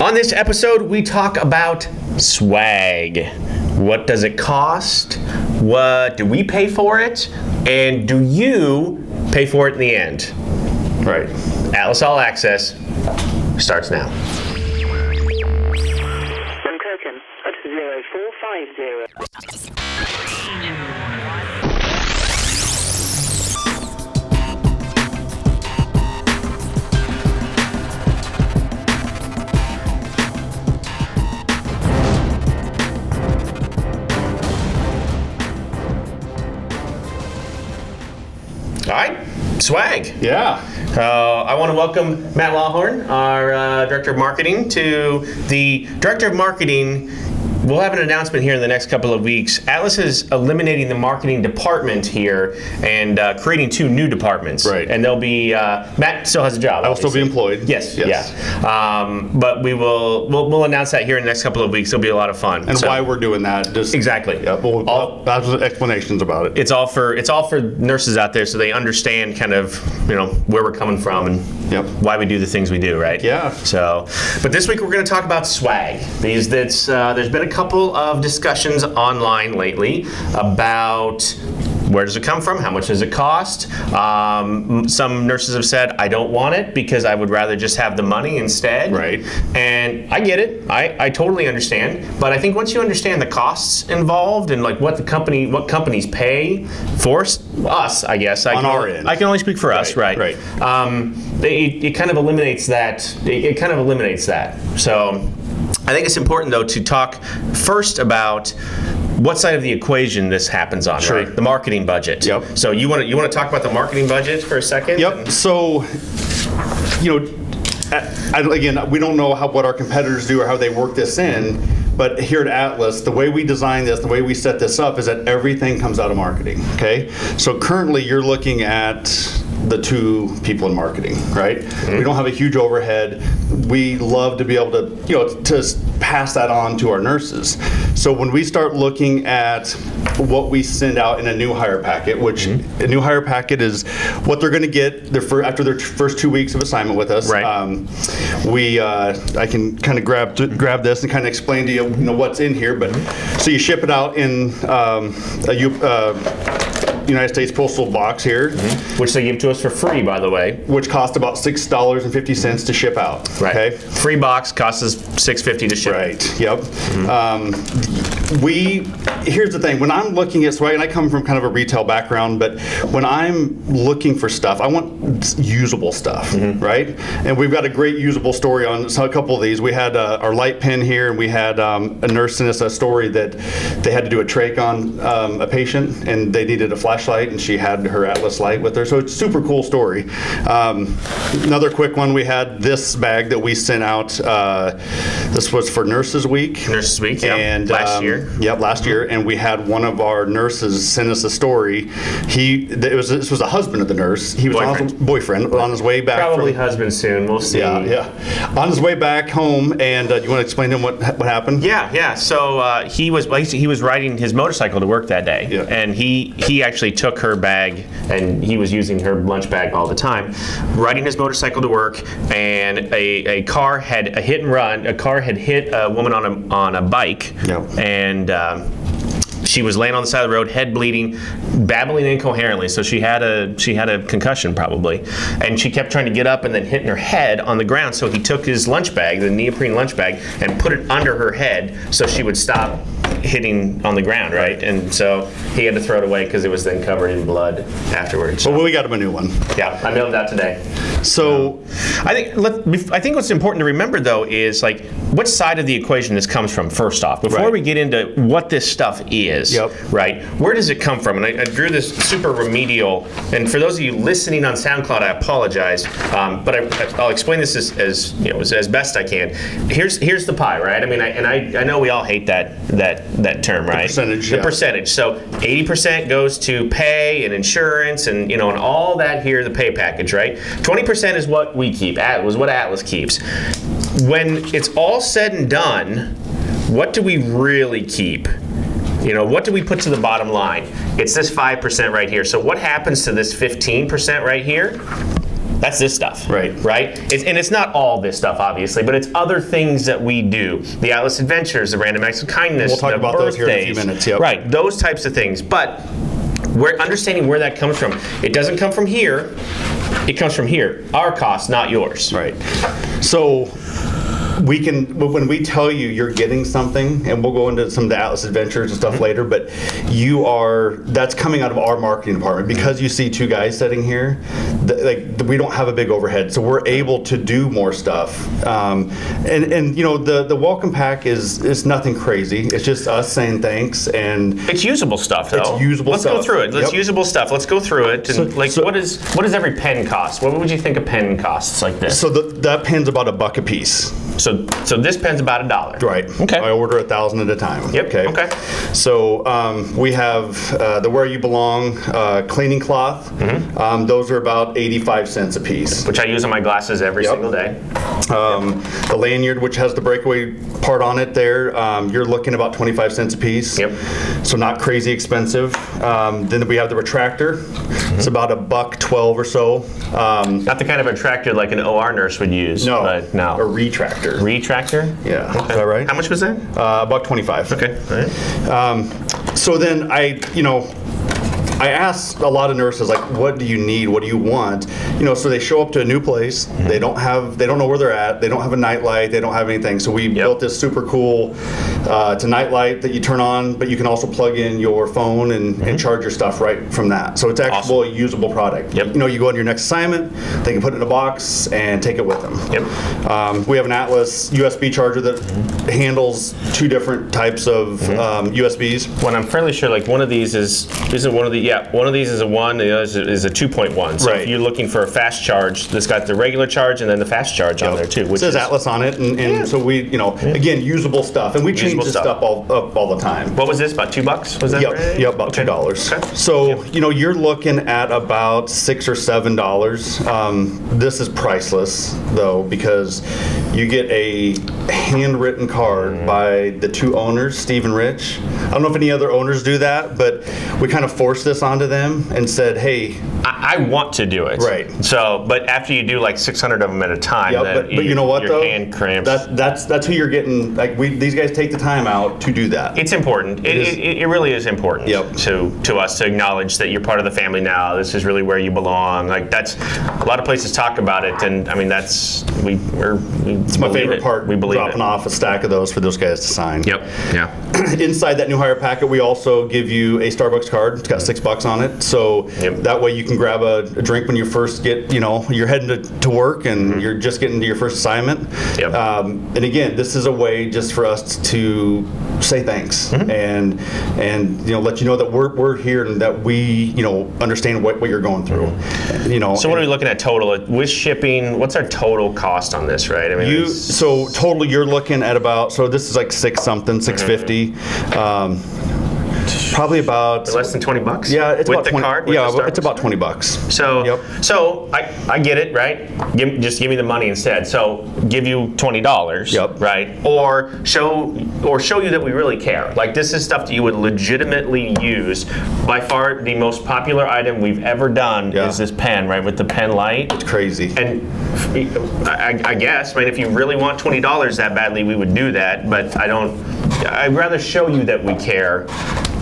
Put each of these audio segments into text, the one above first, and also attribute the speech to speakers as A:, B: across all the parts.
A: On this episode, we talk about swag. What does it cost? What do we pay for it? And do you pay for it in the end?
B: Right.
A: Atlas All Access starts now.
C: Dunkirken at 0450.
A: All right, swag.
B: Yeah.
A: Uh, I want to welcome Matt Lawhorn, our uh, director of marketing, to the director of marketing. We'll have an announcement here in the next couple of weeks. Atlas is eliminating the marketing department here and uh, creating two new departments.
B: Right.
A: And they'll be uh, Matt still has a job.
B: I will still be employed.
A: Yes. Yeah. Um, but we will we'll, we'll announce that here in the next couple of weeks. It'll be a lot of fun.
B: And
A: So-
B: why we're doing that? Just
A: Exactly.
B: Yeah. Well,
A: All-
B: that's the explanations about it.
A: it's all for it's all for nurses out there so they understand kind of you know where we're coming from and
B: Yep.
A: why we do the things we do right
B: Yeah.
A: so but this week we're going to talk about swag these that's uh, there's been a couple of discussions online lately about where does it come from? How much does it cost? Um, m- some nurses have said, I don't want it because I would rather just have the money instead.
B: Right.
A: And I get it. I, I totally understand. But I think once you understand the costs involved and like what the company what companies pay for s- us, I guess I
B: On
A: can
B: our
A: only-
B: end.
A: I can only speak for us, right?
B: Right,
A: Um, it, it kind of eliminates that. It, it kind of eliminates that. So I think it's important though to talk first about what side of the equation this happens on,
B: Sure.
A: right? The marketing budget.
B: Yep.
A: So you want to you want to talk about the marketing budget for a second?
B: Yep. So, you know, I, I- again, we don't know how what our competitors do or how they work this in, but here at Atlas, the way we design this, the way we set this up, is that everything comes out of marketing. Okay. So currently, you're looking at the two people in marketing, right? We don't have a huge overhead. We love to be able to, you know, to s- pass that on to our nurses. So when we start looking at what we send out in a new hire packet, which a new hire packet is what they're going to get their fir- after their t- first two weeks of assignment with us.
A: Right.
B: Um, we, uh, I can kind of grab th- grab this and kind of explain to you, you know, what's in here. But so you ship it out in um, a U- uh, United States postal box here,
A: Which they give to us for free, by the way.
B: which costs about six dollars and fifty cents to ship out.
A: Right.
B: Okay.
A: Free box costs us six fifty to ship.
B: Right. Yep. Um, we here's the thing. When I'm looking at swag, and I come from kind of a retail background, but when I'm looking for stuff, I want usable stuff, right? And we've got a great usable story on so a couple of these. We had uh, our light pen here, and we had um, a nurse sent us a story that they had to do a trach on um, a patient, and they needed a flashlight, and she had her Atlas light with her. So it's a super cool story. Um, another quick one. We had this bag that we sent out. Uh, this was for Nurses Week.
A: Nurses Week, yeah,
B: And
A: last
B: um,
A: year.
B: Yep, last year, and we had one of our nurses send us a story. He, th- it was this was a husband of the nurse. He was On his,
A: Boyfriend.
B: boyfriend on his way back.
A: Probably
B: from,
A: husband soon. We'll see.
B: yeah, yeah. On his way back home, and uh, you want to explain to him what what happened?
A: Yeah, yeah. So uh, he was well, he was riding his motorcycle to work that day,
B: Yeah.
A: and he he actually took her bag, and he was using her lunch bag all the time, riding his motorcycle to work, and a, a car had a hit and run. A car had hit a woman on a on a bike,
B: Yep.
A: and. Um, she was laying on the side of the road, head bleeding, babbling incoherently. So she had a she had a concussion probably, and she kept trying to get up and then hitting her head on the ground. So he took his lunch bag, the neoprene lunch bag, and put it under her head so she would stop hitting on the ground, right? And so he had to throw it away because it was then covered in blood afterwards. So,
B: Well, we got him a new one.
A: yeah, I mailed it out today.
B: So
A: I think let, bef- I think what's important to remember though is like what side of the equation this comes from first off before
B: Right.
A: we get into what this stuff is
B: Yep.
A: right where does it come from and I, I drew this super remedial and for those of you listening on SoundCloud I apologize um, but I, I'll explain this as, as you know as, as best I can here's here's the pie right I mean I, and I, I know we all hate that that that term right
B: percentage,
A: the
B: yeah.
A: percentage so 80% goes to pay and insurance and you know and all that here the pay package right 20% is what we keep at was what atlas keeps when it's all said and done what do we really keep you know what do we put to the bottom line it's this 5% right here so what happens to this 15% right here That's this stuff.
B: Right.
A: Right? It's, and it's not all this stuff, obviously, but it's other things that we do. The Atlas Adventures, the Random Acts of Kindness.
B: We'll talk
A: the
B: about those here in a few
A: birthdays.
B: minutes, yep.
A: Right. Those types of things. But we're understanding where that comes from. It doesn't come from here. It comes from here. Our cost, not yours.
B: Right. So we can when we tell you you're getting something, and we'll go into some of the Atlas adventures and stuff later. But you are that's coming out of our marketing department because you see two guys sitting here. Th- like th- we don't have a big overhead, so we're able to do more stuff. Um, and and you know the the welcome pack is it's nothing crazy. It's just us saying thanks and.
A: It's usable stuff, though.
B: It's usable
A: Let's
B: stuff.
A: go through it. Let's
B: Yep.
A: usable stuff. Let's go through it. And
B: So-
A: like,
B: so-
A: what is what does every pen cost? What would you think a pen costs like this?
B: So the, that pen's about a buck a piece.
A: So, so this pen's about a dollar.
B: Right.
A: Okay.
B: I order a thousand at a time.
A: Yep,
B: Okay.
A: okay.
B: So um, we have uh, the Where You Belong uh, cleaning cloth.
A: Mm-hmm.
B: Um, those are about 85 cents a piece.
A: Which I use on my glasses every
B: Yep.
A: single day.
B: Um, the lanyard, which has the breakaway part on it there, um, you're looking about 25 cents a piece.
A: Yep.
B: So not crazy expensive. Um, then we have the retractor.
A: Mm-hmm.
B: It's about a buck 12 or so. Um,
A: Not the kind of a tractor like an OR nurse would use.
B: no,
A: But
B: a
A: Uh, no.
B: retractor.
A: Retractor?
B: yeah. Is that right?
A: How much was that?
B: Uh, buck 25.
A: Okay. All right.
B: Um, so then I, you know, I asked a lot of nurses like, "What do you need? What do you want?" You know, so they show up to a new place. They don't have, they don't know where they're at. They don't have a nightlight. They don't have anything. So we built this super cool, uh, it's a nightlight that you turn on, but you can also plug in your phone and, and charge your stuff right from that. So it's actual usable product.
A: Yep.
B: You know, you go on your next assignment, they can put it in a box and take it with them.
A: Yep.
B: Um, we have an Atlas USB charger that handles two different types of
A: Mm-hmm.
B: um, USBs.
A: When I'm fairly sure, like one of these is isn't one of the yeah one of these is a one, the other is a- is a two point one. So
B: Right.
A: if you're looking for a fast charge, this got the regular charge and then the fast charge on there too.
B: It
A: Which
B: says
A: is
B: Atlas on it, and, and so we, you know, again, usable stuff, and we change
A: Usable
B: this
A: stuff.
B: stuff, all, up all the time.
A: What was this? About two bucks? Was that right?
B: Yep, yep, about two
A: Okay.
B: dollars.
A: Okay.
B: So you know, you're looking at about six or seven dollars. Um, this is priceless though because you get a handwritten card
A: Mm.
B: by the two owners, Steve and Rich. I don't know if any other owners do that, but we kind of forced this onto them and said, "Hey,
A: I, I want to do it.
B: Right.
A: So, but after you do like 600 of them at a time,
B: yeah,
A: then
B: but, but you know what
A: your
B: though?
A: hand cramps.
B: That, that's that's who you're getting. Like we, these guys take the time out to do that.
A: It's important. It,
B: is.
A: it, it, it really is important
B: Yep.
A: to to us to acknowledge that you're part of the family now. This is really where you belong. Like that's a lot of places talk about it, and I mean that's we we're we it's
B: my favorite part.
A: We believe
B: dropping
A: it.
B: off a stack of those for those guys to sign.
A: Yep. Yeah.
B: inside that new hire packet, we also give you a Starbucks card. It's got six bucks on it, so
A: Yep.
B: that way you can grab a, a drink when you first get, you know, you're heading to, to work and you're just getting to your first assignment.
A: Mm-hmm. Yep.
B: Um, and again, this is a way just for us to say thanks
A: Mm-hmm.
B: and and you know let you know that we're, we're here and that we you know understand what, what you're going through. You know.
A: Mm-hmm. So what are we looking at total with shipping? What's our total cost on this? Right. I mean,
B: You
A: it's-
B: so total you're looking at about so this is like six something six
A: Mm-hmm.
B: fifty, um, probably about
A: less than 20 bucks.
B: Yeah, it's
A: with
B: about
A: the
B: 20,
A: card. with
B: yeah,
A: the
B: but it's
A: Starbucks?
B: about twenty bucks.
A: So,
B: Yep.
A: so I, I get it, right? Give, just give me the money instead. So, give you twenty dollars,
B: Yep.
A: right? Or show, or show you that we really care. Like this is stuff that you would legitimately use. By far, the most popular item we've ever done
B: Yeah.
A: is this pen, right, with the pen light.
B: Crazy.
A: And I, I guess, I mean, if you really want twenty dollars that badly, we would do that. But I don't. I'd rather show you that we care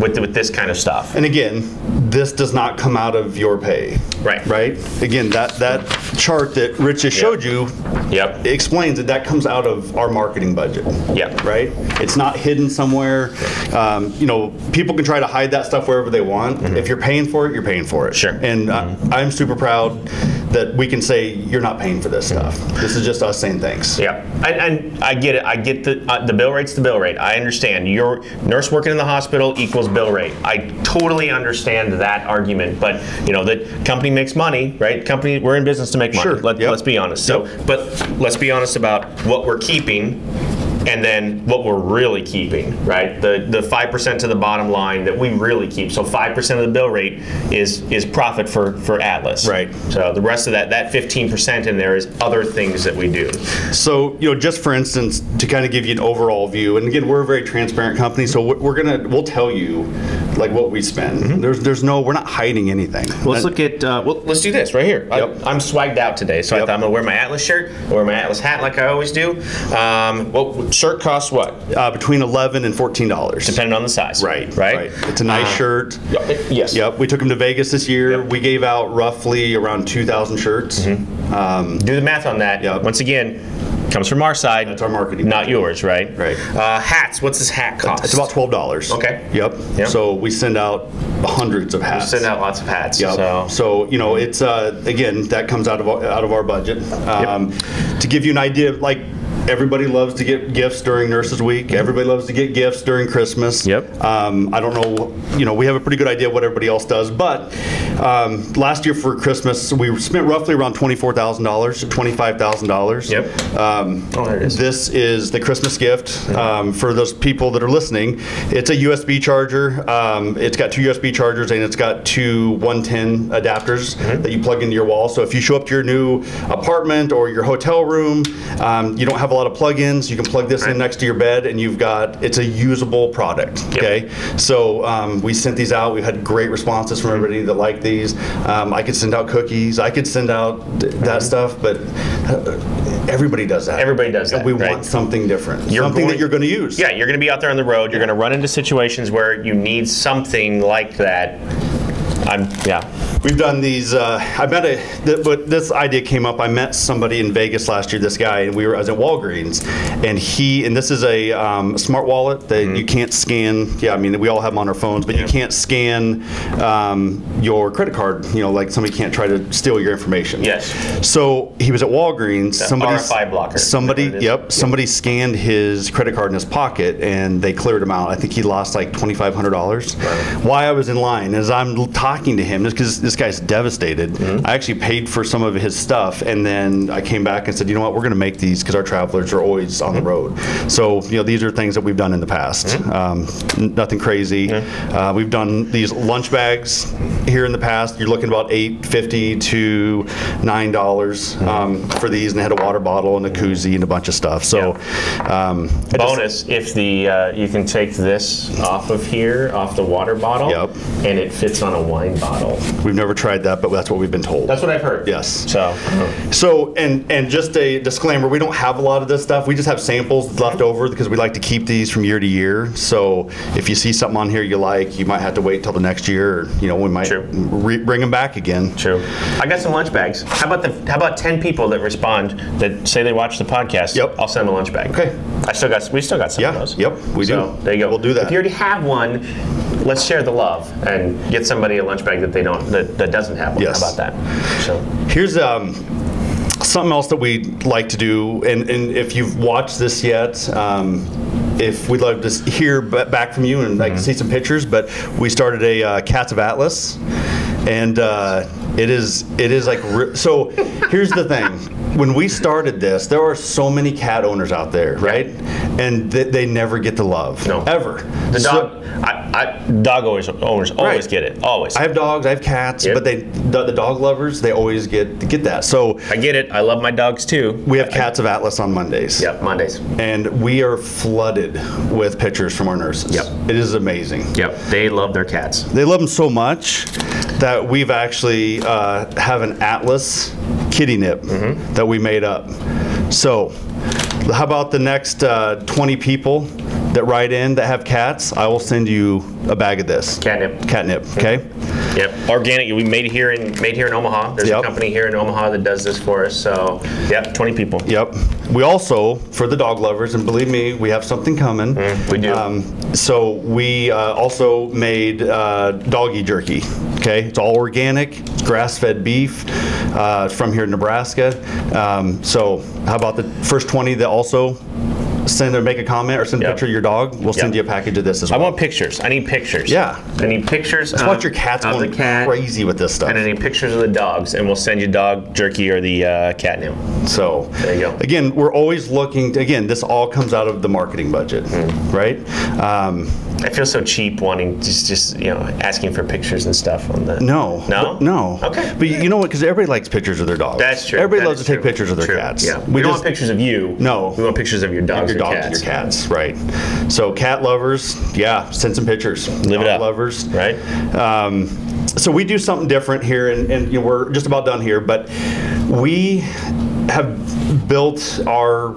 A: with with this kind of stuff.
B: And again, this does not come out of your pay.
A: Right.
B: Right. Again, that that chart that Rich just showed you
A: Yep.
B: it explains that that comes out of our marketing budget.
A: Yep.
B: Right. It's not hidden somewhere. Um, you know, people can try to hide that stuff wherever they want. If you're paying for it, you're paying for it.
A: Mm-hmm. Sure. Mm-hmm.
B: And uh, I'm super proud that we can say you're not paying for this stuff.
A: Mm-hmm.
B: This is just us saying thanks.
A: Yeah, and, and I get it. I get the uh, the bill rate's the bill rate. I understand. Your nurse working in the hospital equals bill rate. I totally understand that argument. But you know, the company makes money, right? Company, we're in business to make money.
B: Sure,
A: Let,
B: yep.
A: Let's be honest. So, but let's be honest about what we're keeping and then what we're really keeping, right? The the five percent to the bottom line that we really keep. So five percent of the bill rate is is profit for for Atlas.
B: Right.
A: So the rest of that that fifteen percent in there is other things that we do.
B: So, you know, just for instance, to kind of give you an overall view, and again, we're a very transparent company, so we're, we're gonna, we'll tell you like what we
A: Mm-hmm.
B: spend. There's, there's no, we're not hiding anything.
D: Well, let's look at, uh, well,
A: Let's do this right here. I,
B: Yep.
A: I'm swagged out today, so I
B: Yep.
A: thought I'm gonna wear my Atlas shirt, wear my Atlas hat like I always do. Um, well, shirt costs what?
B: Uh, between 11 and 14 dollars.
A: Depending on the size.
B: Right,
A: Right. Uh,
B: It's a nice shirt.
A: Yes.
B: Yep, we took them to Vegas this year.
A: Yep. Mm-hmm.
B: We gave out roughly around 2,000 shirts. Um,
A: Do the math on that.
B: Yep.
A: Once again, comes from our side.
B: That's our marketing
A: Not
B: budget.
A: yours, right?
B: Right.
A: Uh, hats. What's this hat cost?
B: It's about twelve dollars.
A: Okay.
B: Yep.
A: Yep.
B: So we send out hundreds of hats.
A: Send out lots of hats.
B: Yep.
A: So.
B: So. you know it's uh, again that comes out of our- out of our budget. Um, To give you an idea, like everybody loves to get gifts during Nurses Week. Everybody loves to get gifts during Christmas.
A: Mm-hmm. Yep.
B: Um, I don't know. You know, we have a pretty good idea what everybody else does, but um, last year for Christmas we spent roughly around twenty four thousand dollars, twenty five thousand dollars.
A: Yep.
B: Um,
A: Oh, there it is.
B: This is the Christmas gift um, for those people that are listening. It's a USB charger. Um, it's got two USB chargers and it's got two 110 adapters
A: Mm-hmm.
B: that you plug into your wall. So if you show up to your new apartment or your hotel room, um, you don't have a lot of plug-ins. You can plug this in next to your bed, and you've got it's a usable product. Okay. So um, we sent these out. We had great responses
A: Mm-hmm.
B: from everybody that liked these. Um, I could send out cookies. I could send out th-
A: Mm-hmm.
B: that stuff, but. uh, Everybody does that.
A: Everybody does
B: And
A: that,
B: we
A: right.
B: want something different.
A: You're
B: something
A: going-
B: that you're going to use.
A: Yeah, you're going to be out there on the road. You're going to run into situations where you need something like that. I'm. Yeah.
B: We've done these. Uh, I met a. Th- but this idea came up. I met somebody in Vegas last year. This guy, and we were. I was at Walgreens, and he. And this is a um, smart wallet that
A: Mm-hmm.
B: you can't scan. Yeah, I mean we all have them on our phones, but you can't scan um, your credit card. You know, like somebody can't try to steal your information.
A: Yes.
B: So he was at Walgreens. Somebody.
A: RFI blocker,
B: Somebody.
A: whatever it is.
B: Yep. Somebody scanned his credit card in his pocket and they cleared him out. I think he lost like $2,500. Why I was in line is I'm l- talking to him just because this guy's devastated.
A: Mm-hmm.
B: I actually paid for some of his stuff and then I came back and said, you know what, we're going to make these because our travelers are always on the road. So, you know, these are things that we've done in the past. Um, n- nothing crazy. Uh, we've done these lunch bags here in the past. You're looking about $8.50 to $9 dollars um, for these and they had a water bottle and a koozie and a bunch of stuff. So, um, I just-
A: Bonus: If the uh, you can take this off of here, off the water bottle,
B: Yep.
A: and it fits on a wine bottle.
B: We've never tried that, but that's what we've been told.
A: That's what I've heard.
B: Yes.
A: So. uh-huh.
B: So, and and just a disclaimer, we don't have a lot of this stuff. We just have samples left over because we like to keep these from year to year. So, if you see something on here you like, you might have to wait till the next year. Or, you know, we might
A: True.
B: re- bring them back again.
A: True. I got some lunch bags. How about the how about ten people that respond that say they watch the podcast?
B: Yep.
A: I'll send them a lunch bag.
B: Okay.
A: I still got we still got some
B: Yeah,
A: of those.
B: yep, we do.
A: So, There you go.
B: We'll do that.
A: If you already have one, let's share the love and get somebody a lunch bag that they don't that, that doesn't have one.
B: Yes.
A: How about that? So
B: Here's um, something else that we like to do, and, and if you've watched this yet, um, if we'd love to s- hear ba- back from you and like
A: Mm-hmm.
B: see some pictures, but we started a uh, Cats of Atlas, and uh, it is it is like re- so. Here's the thing: when we started this, there are so many cat owners out there, right? And th- they never get the love,
A: No.
B: ever.
A: the
B: So-
A: dog I, I dog owners owners always
B: Right.
A: get it. Always.
B: I
A: I,
B: have dogs, I have cats,
A: Yep.
B: but they the, the dog lovers they always get get that. So
A: get it. I love my dogs too.
B: we have Cats of Atlas on Mondays.
A: Yep, Mondays.
B: And we are flooded with pictures from our nurses.
A: Yep.
B: It is amazing.
A: Yep. They love their cats.
B: They love them so much that we've actually uh, have an Atlas kitty nip
A: Mm-hmm.
B: that we made up. So, how about the next uh, 20 people that write in that have cats? I will send you a bag of this
A: Catnip.
B: catnip. Okay.
A: Mm-hmm. Yep, organic. We made here in made here in Omaha. There's a
B: Yep.
A: company here in Omaha that does this for us. So, yep, 20 people.
B: Yep. We also, for the dog lovers, and believe me, we have something coming.
A: we do.
B: Um, so we uh, also made uh, doggy jerky. Okay, it's all organic, grass-fed beef uh, from here in Nebraska. Um, so how about the first 20 that also send or make a comment or send a
A: Yep.
B: picture of your dog, we'll send
A: Yep.
B: you a package of this as
A: I
B: well.
A: want pictures. I need pictures.
B: Yeah.
A: I need pictures.
B: I
A: Just
B: watch your cats going crazy with this stuff.
A: And I need pictures of the dogs, and we'll send you dog jerky or the uh, catnip.
B: So
A: There you go.
B: Again, we're always looking. To, again, this all comes out of the marketing budget,
A: Mm-hmm.
B: right? Um,
A: I feel so cheap wanting just just you know asking for pictures and stuff on the.
B: no,
A: No.
B: no.
A: Okay.
B: but you know what? Because everybody likes pictures of their dogs.
A: That's true.
B: Everybody
A: That
B: loves
A: is
B: to take
A: true.
B: pictures of their
A: True.
B: cats.
A: Yeah. We, don't want pictures of you.
B: No.
A: We want pictures of your dogs,
B: Your
A: or
B: dogs
A: cats.
B: and your cats, right? So cat lovers, yeah, send some pictures.
A: Live it
B: Dog
A: up,
B: Lovers,
A: right?
B: Um, so we do something different here, and, and you know, we're just about done here, but we have built our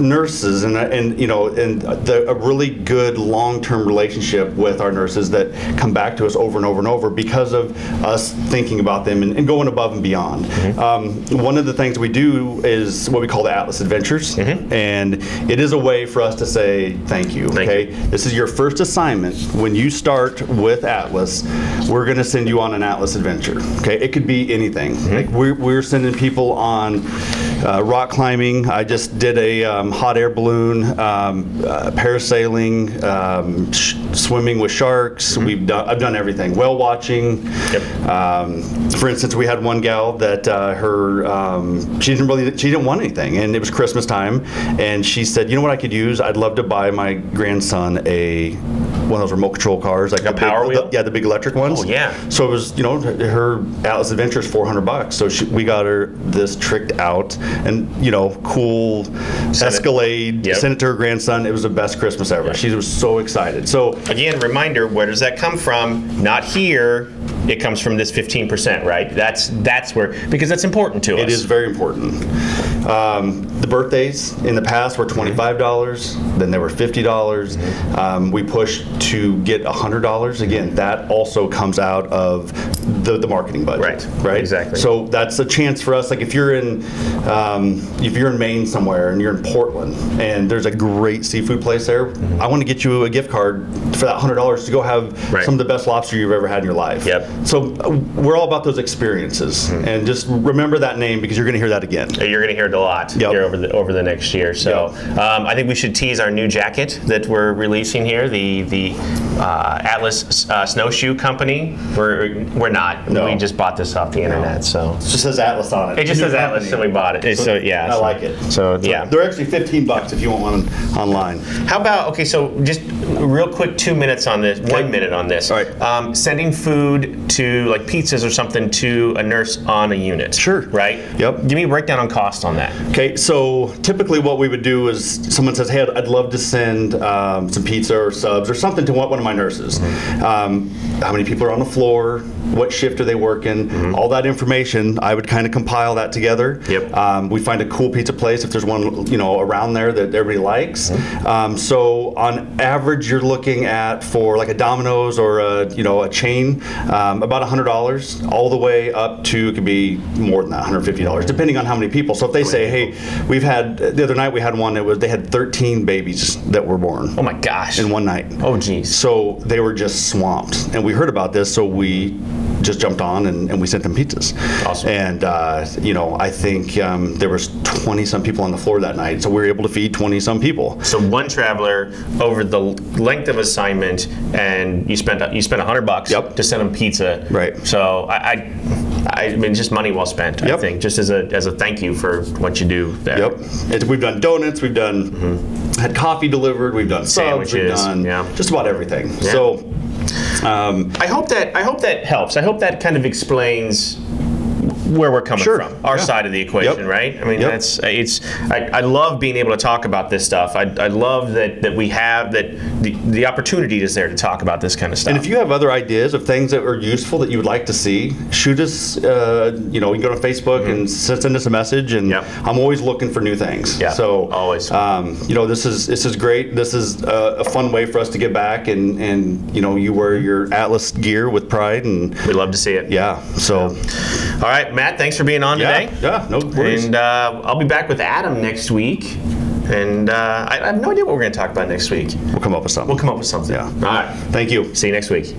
B: nurses and, and you know and the, a really good long-term relationship with our nurses that come back to us over and over and over because of us thinking about them and, and going above and beyond um, one of the things we do is what we call the atlas adventures and it is a way for us to say thank you
A: Thank
B: okay this is your first assignment when you start with atlas we're going to send you on an atlas adventure okay it could be anything like we're, we're sending people on uh, rock climbing i just did a um, hot air balloon um, uh, parasailing um, sh- swimming with sharks we've done i've done everything whale watching
A: Mm-hmm. Yep.
B: um, for instance, we had one gal that uh, her um, she didn't really she didn't want anything, and it was Christmas time, and she said, "You know what I could use? I'd love to buy my grandson a one of those remote control cars, like the big-
A: Power Wheel?
B: the- yeah, the big electric ones.
A: Oh, yeah.
B: So it was you know her Atlas Adventures 400 bucks. So she, we got her this tricked out and you know cool Escalade.
A: Yep.
B: Sent it to her grandson. It was the best Christmas ever. She was so excited. So
A: Again, reminder: where does that come from? Not here. It comes from this 15%, right? That's that's where because that's important to us.
B: It is very important. Um, the birthdays in the past were twenty-five dollars. Then they were fifty dollars. Um, we pushed to get hundred dollars. Again, that also comes out of the, the marketing budget.
A: Right. Exactly.
B: So that's a chance for us. Like if you're in, um, if you're in Maine somewhere and you're in Portland and there's a great seafood place there,
A: Mm-hmm.
B: I want to get you a gift card for that hundred dollars to go have
A: Right.
B: some of the best lobster you've ever had in your life.
A: Yep. Mm-hmm.
B: So uh, we're all about those experiences, and just remember that name because you're going to hear that again.
A: You're going to hear it a lot
B: Yep.
A: here over the over the next year. So um, I think we should tease our new jacket that we're releasing here. The the uh, Atlas uh, Snowshoe Company. We're we're not.
B: No.
A: We just bought this off the internet. So
B: It just says Atlas on it.
A: it just
B: New
A: says Atlas, and
B: company.
A: we bought it. So, yeah,
B: I
A: so-
B: like it.
A: So yeah.
B: They're actually 15 bucks if you want one online.
A: How about okay? So just real quick, two minutes on this. One minute on this.
B: All right.
A: Um, sending food to like pizzas or something to a nurse on a unit.
B: Sure.
A: Right.
B: Yep.
A: Give me a breakdown on cost on that.
B: Okay, so typically what we would do is someone says, "Hey, I'd, I'd love to send um, some pizza or subs or something to one, one of my nurses."
A: Mm-hmm.
B: Um, how many people are on the floor? What shift are they working? All that information, I would kind of compile that together.
A: Mm-hmm. Yep.
B: Um, we find a cool pizza place if there's one, you know, around there that everybody likes. Um, so on average, you're looking at for like a Domino's or a you know a chain, um, about hundred dollars, all the way up to it could be more than that, hundred fifty dollars, depending on how many people. So if they say, hey, we've had the other night we had one that was they had thirteen babies that were born
A: Oh my gosh.
B: in one night.
A: Oh geez.
B: So they were just swamped, and we heard about this, so we just jumped on and, and we sent them pizzas.
A: Awesome.
B: And uh, you know, I think um, there was 20 some people on the floor that night, so we were able to feed 20 some people.
A: So one traveler over the l- length of assignment, and you spent you spent hundred bucks
B: Yep.
A: to send them pizza.
B: Right.
A: So I. I I mean, just money well spent. I
B: Yep.
A: think, just as a as a thank you for what you do there.
B: Yep. And we've done donuts, we've done had coffee delivered, we've done subs, we've
A: Mm-hmm. Sandwiches,
B: done
A: yeah.
B: just about everything. So. Um,
A: I hope that I hope that helps. I hope that kind of explains where we're coming
B: Sure.
A: from, our
B: Yeah.
A: side of the equation,
B: Yep.
A: right? I mean,
B: Yep.
A: that's it's. I, I love being able to talk about this stuff. I, I love that that we have that the, the opportunity is there to talk about this kind of stuff.
B: And if you have other ideas of things that are useful that you would like to see, shoot us. Uh, you know, you can go to Facebook and s- send us a message. And
A: Yep.
B: I'm always looking for new things.
A: Yeah,
B: So
A: always.
B: Um, you know, this is this is great. This is a, a fun way for us to get back and and you know, you wear your Atlas gear with pride and
A: We'd love to see it.
B: yeah. So
A: All right, Matt. Thanks for being on
B: yeah,
A: today.
B: yeah, no worries.
A: And uh, I'll be back with Adam next week. And uh, I, I have no idea what we're going to talk about next week.
B: we'll come up with something.
A: We'll come up with something.
B: Yeah.
A: All right.
B: Thank you.
A: See you next week.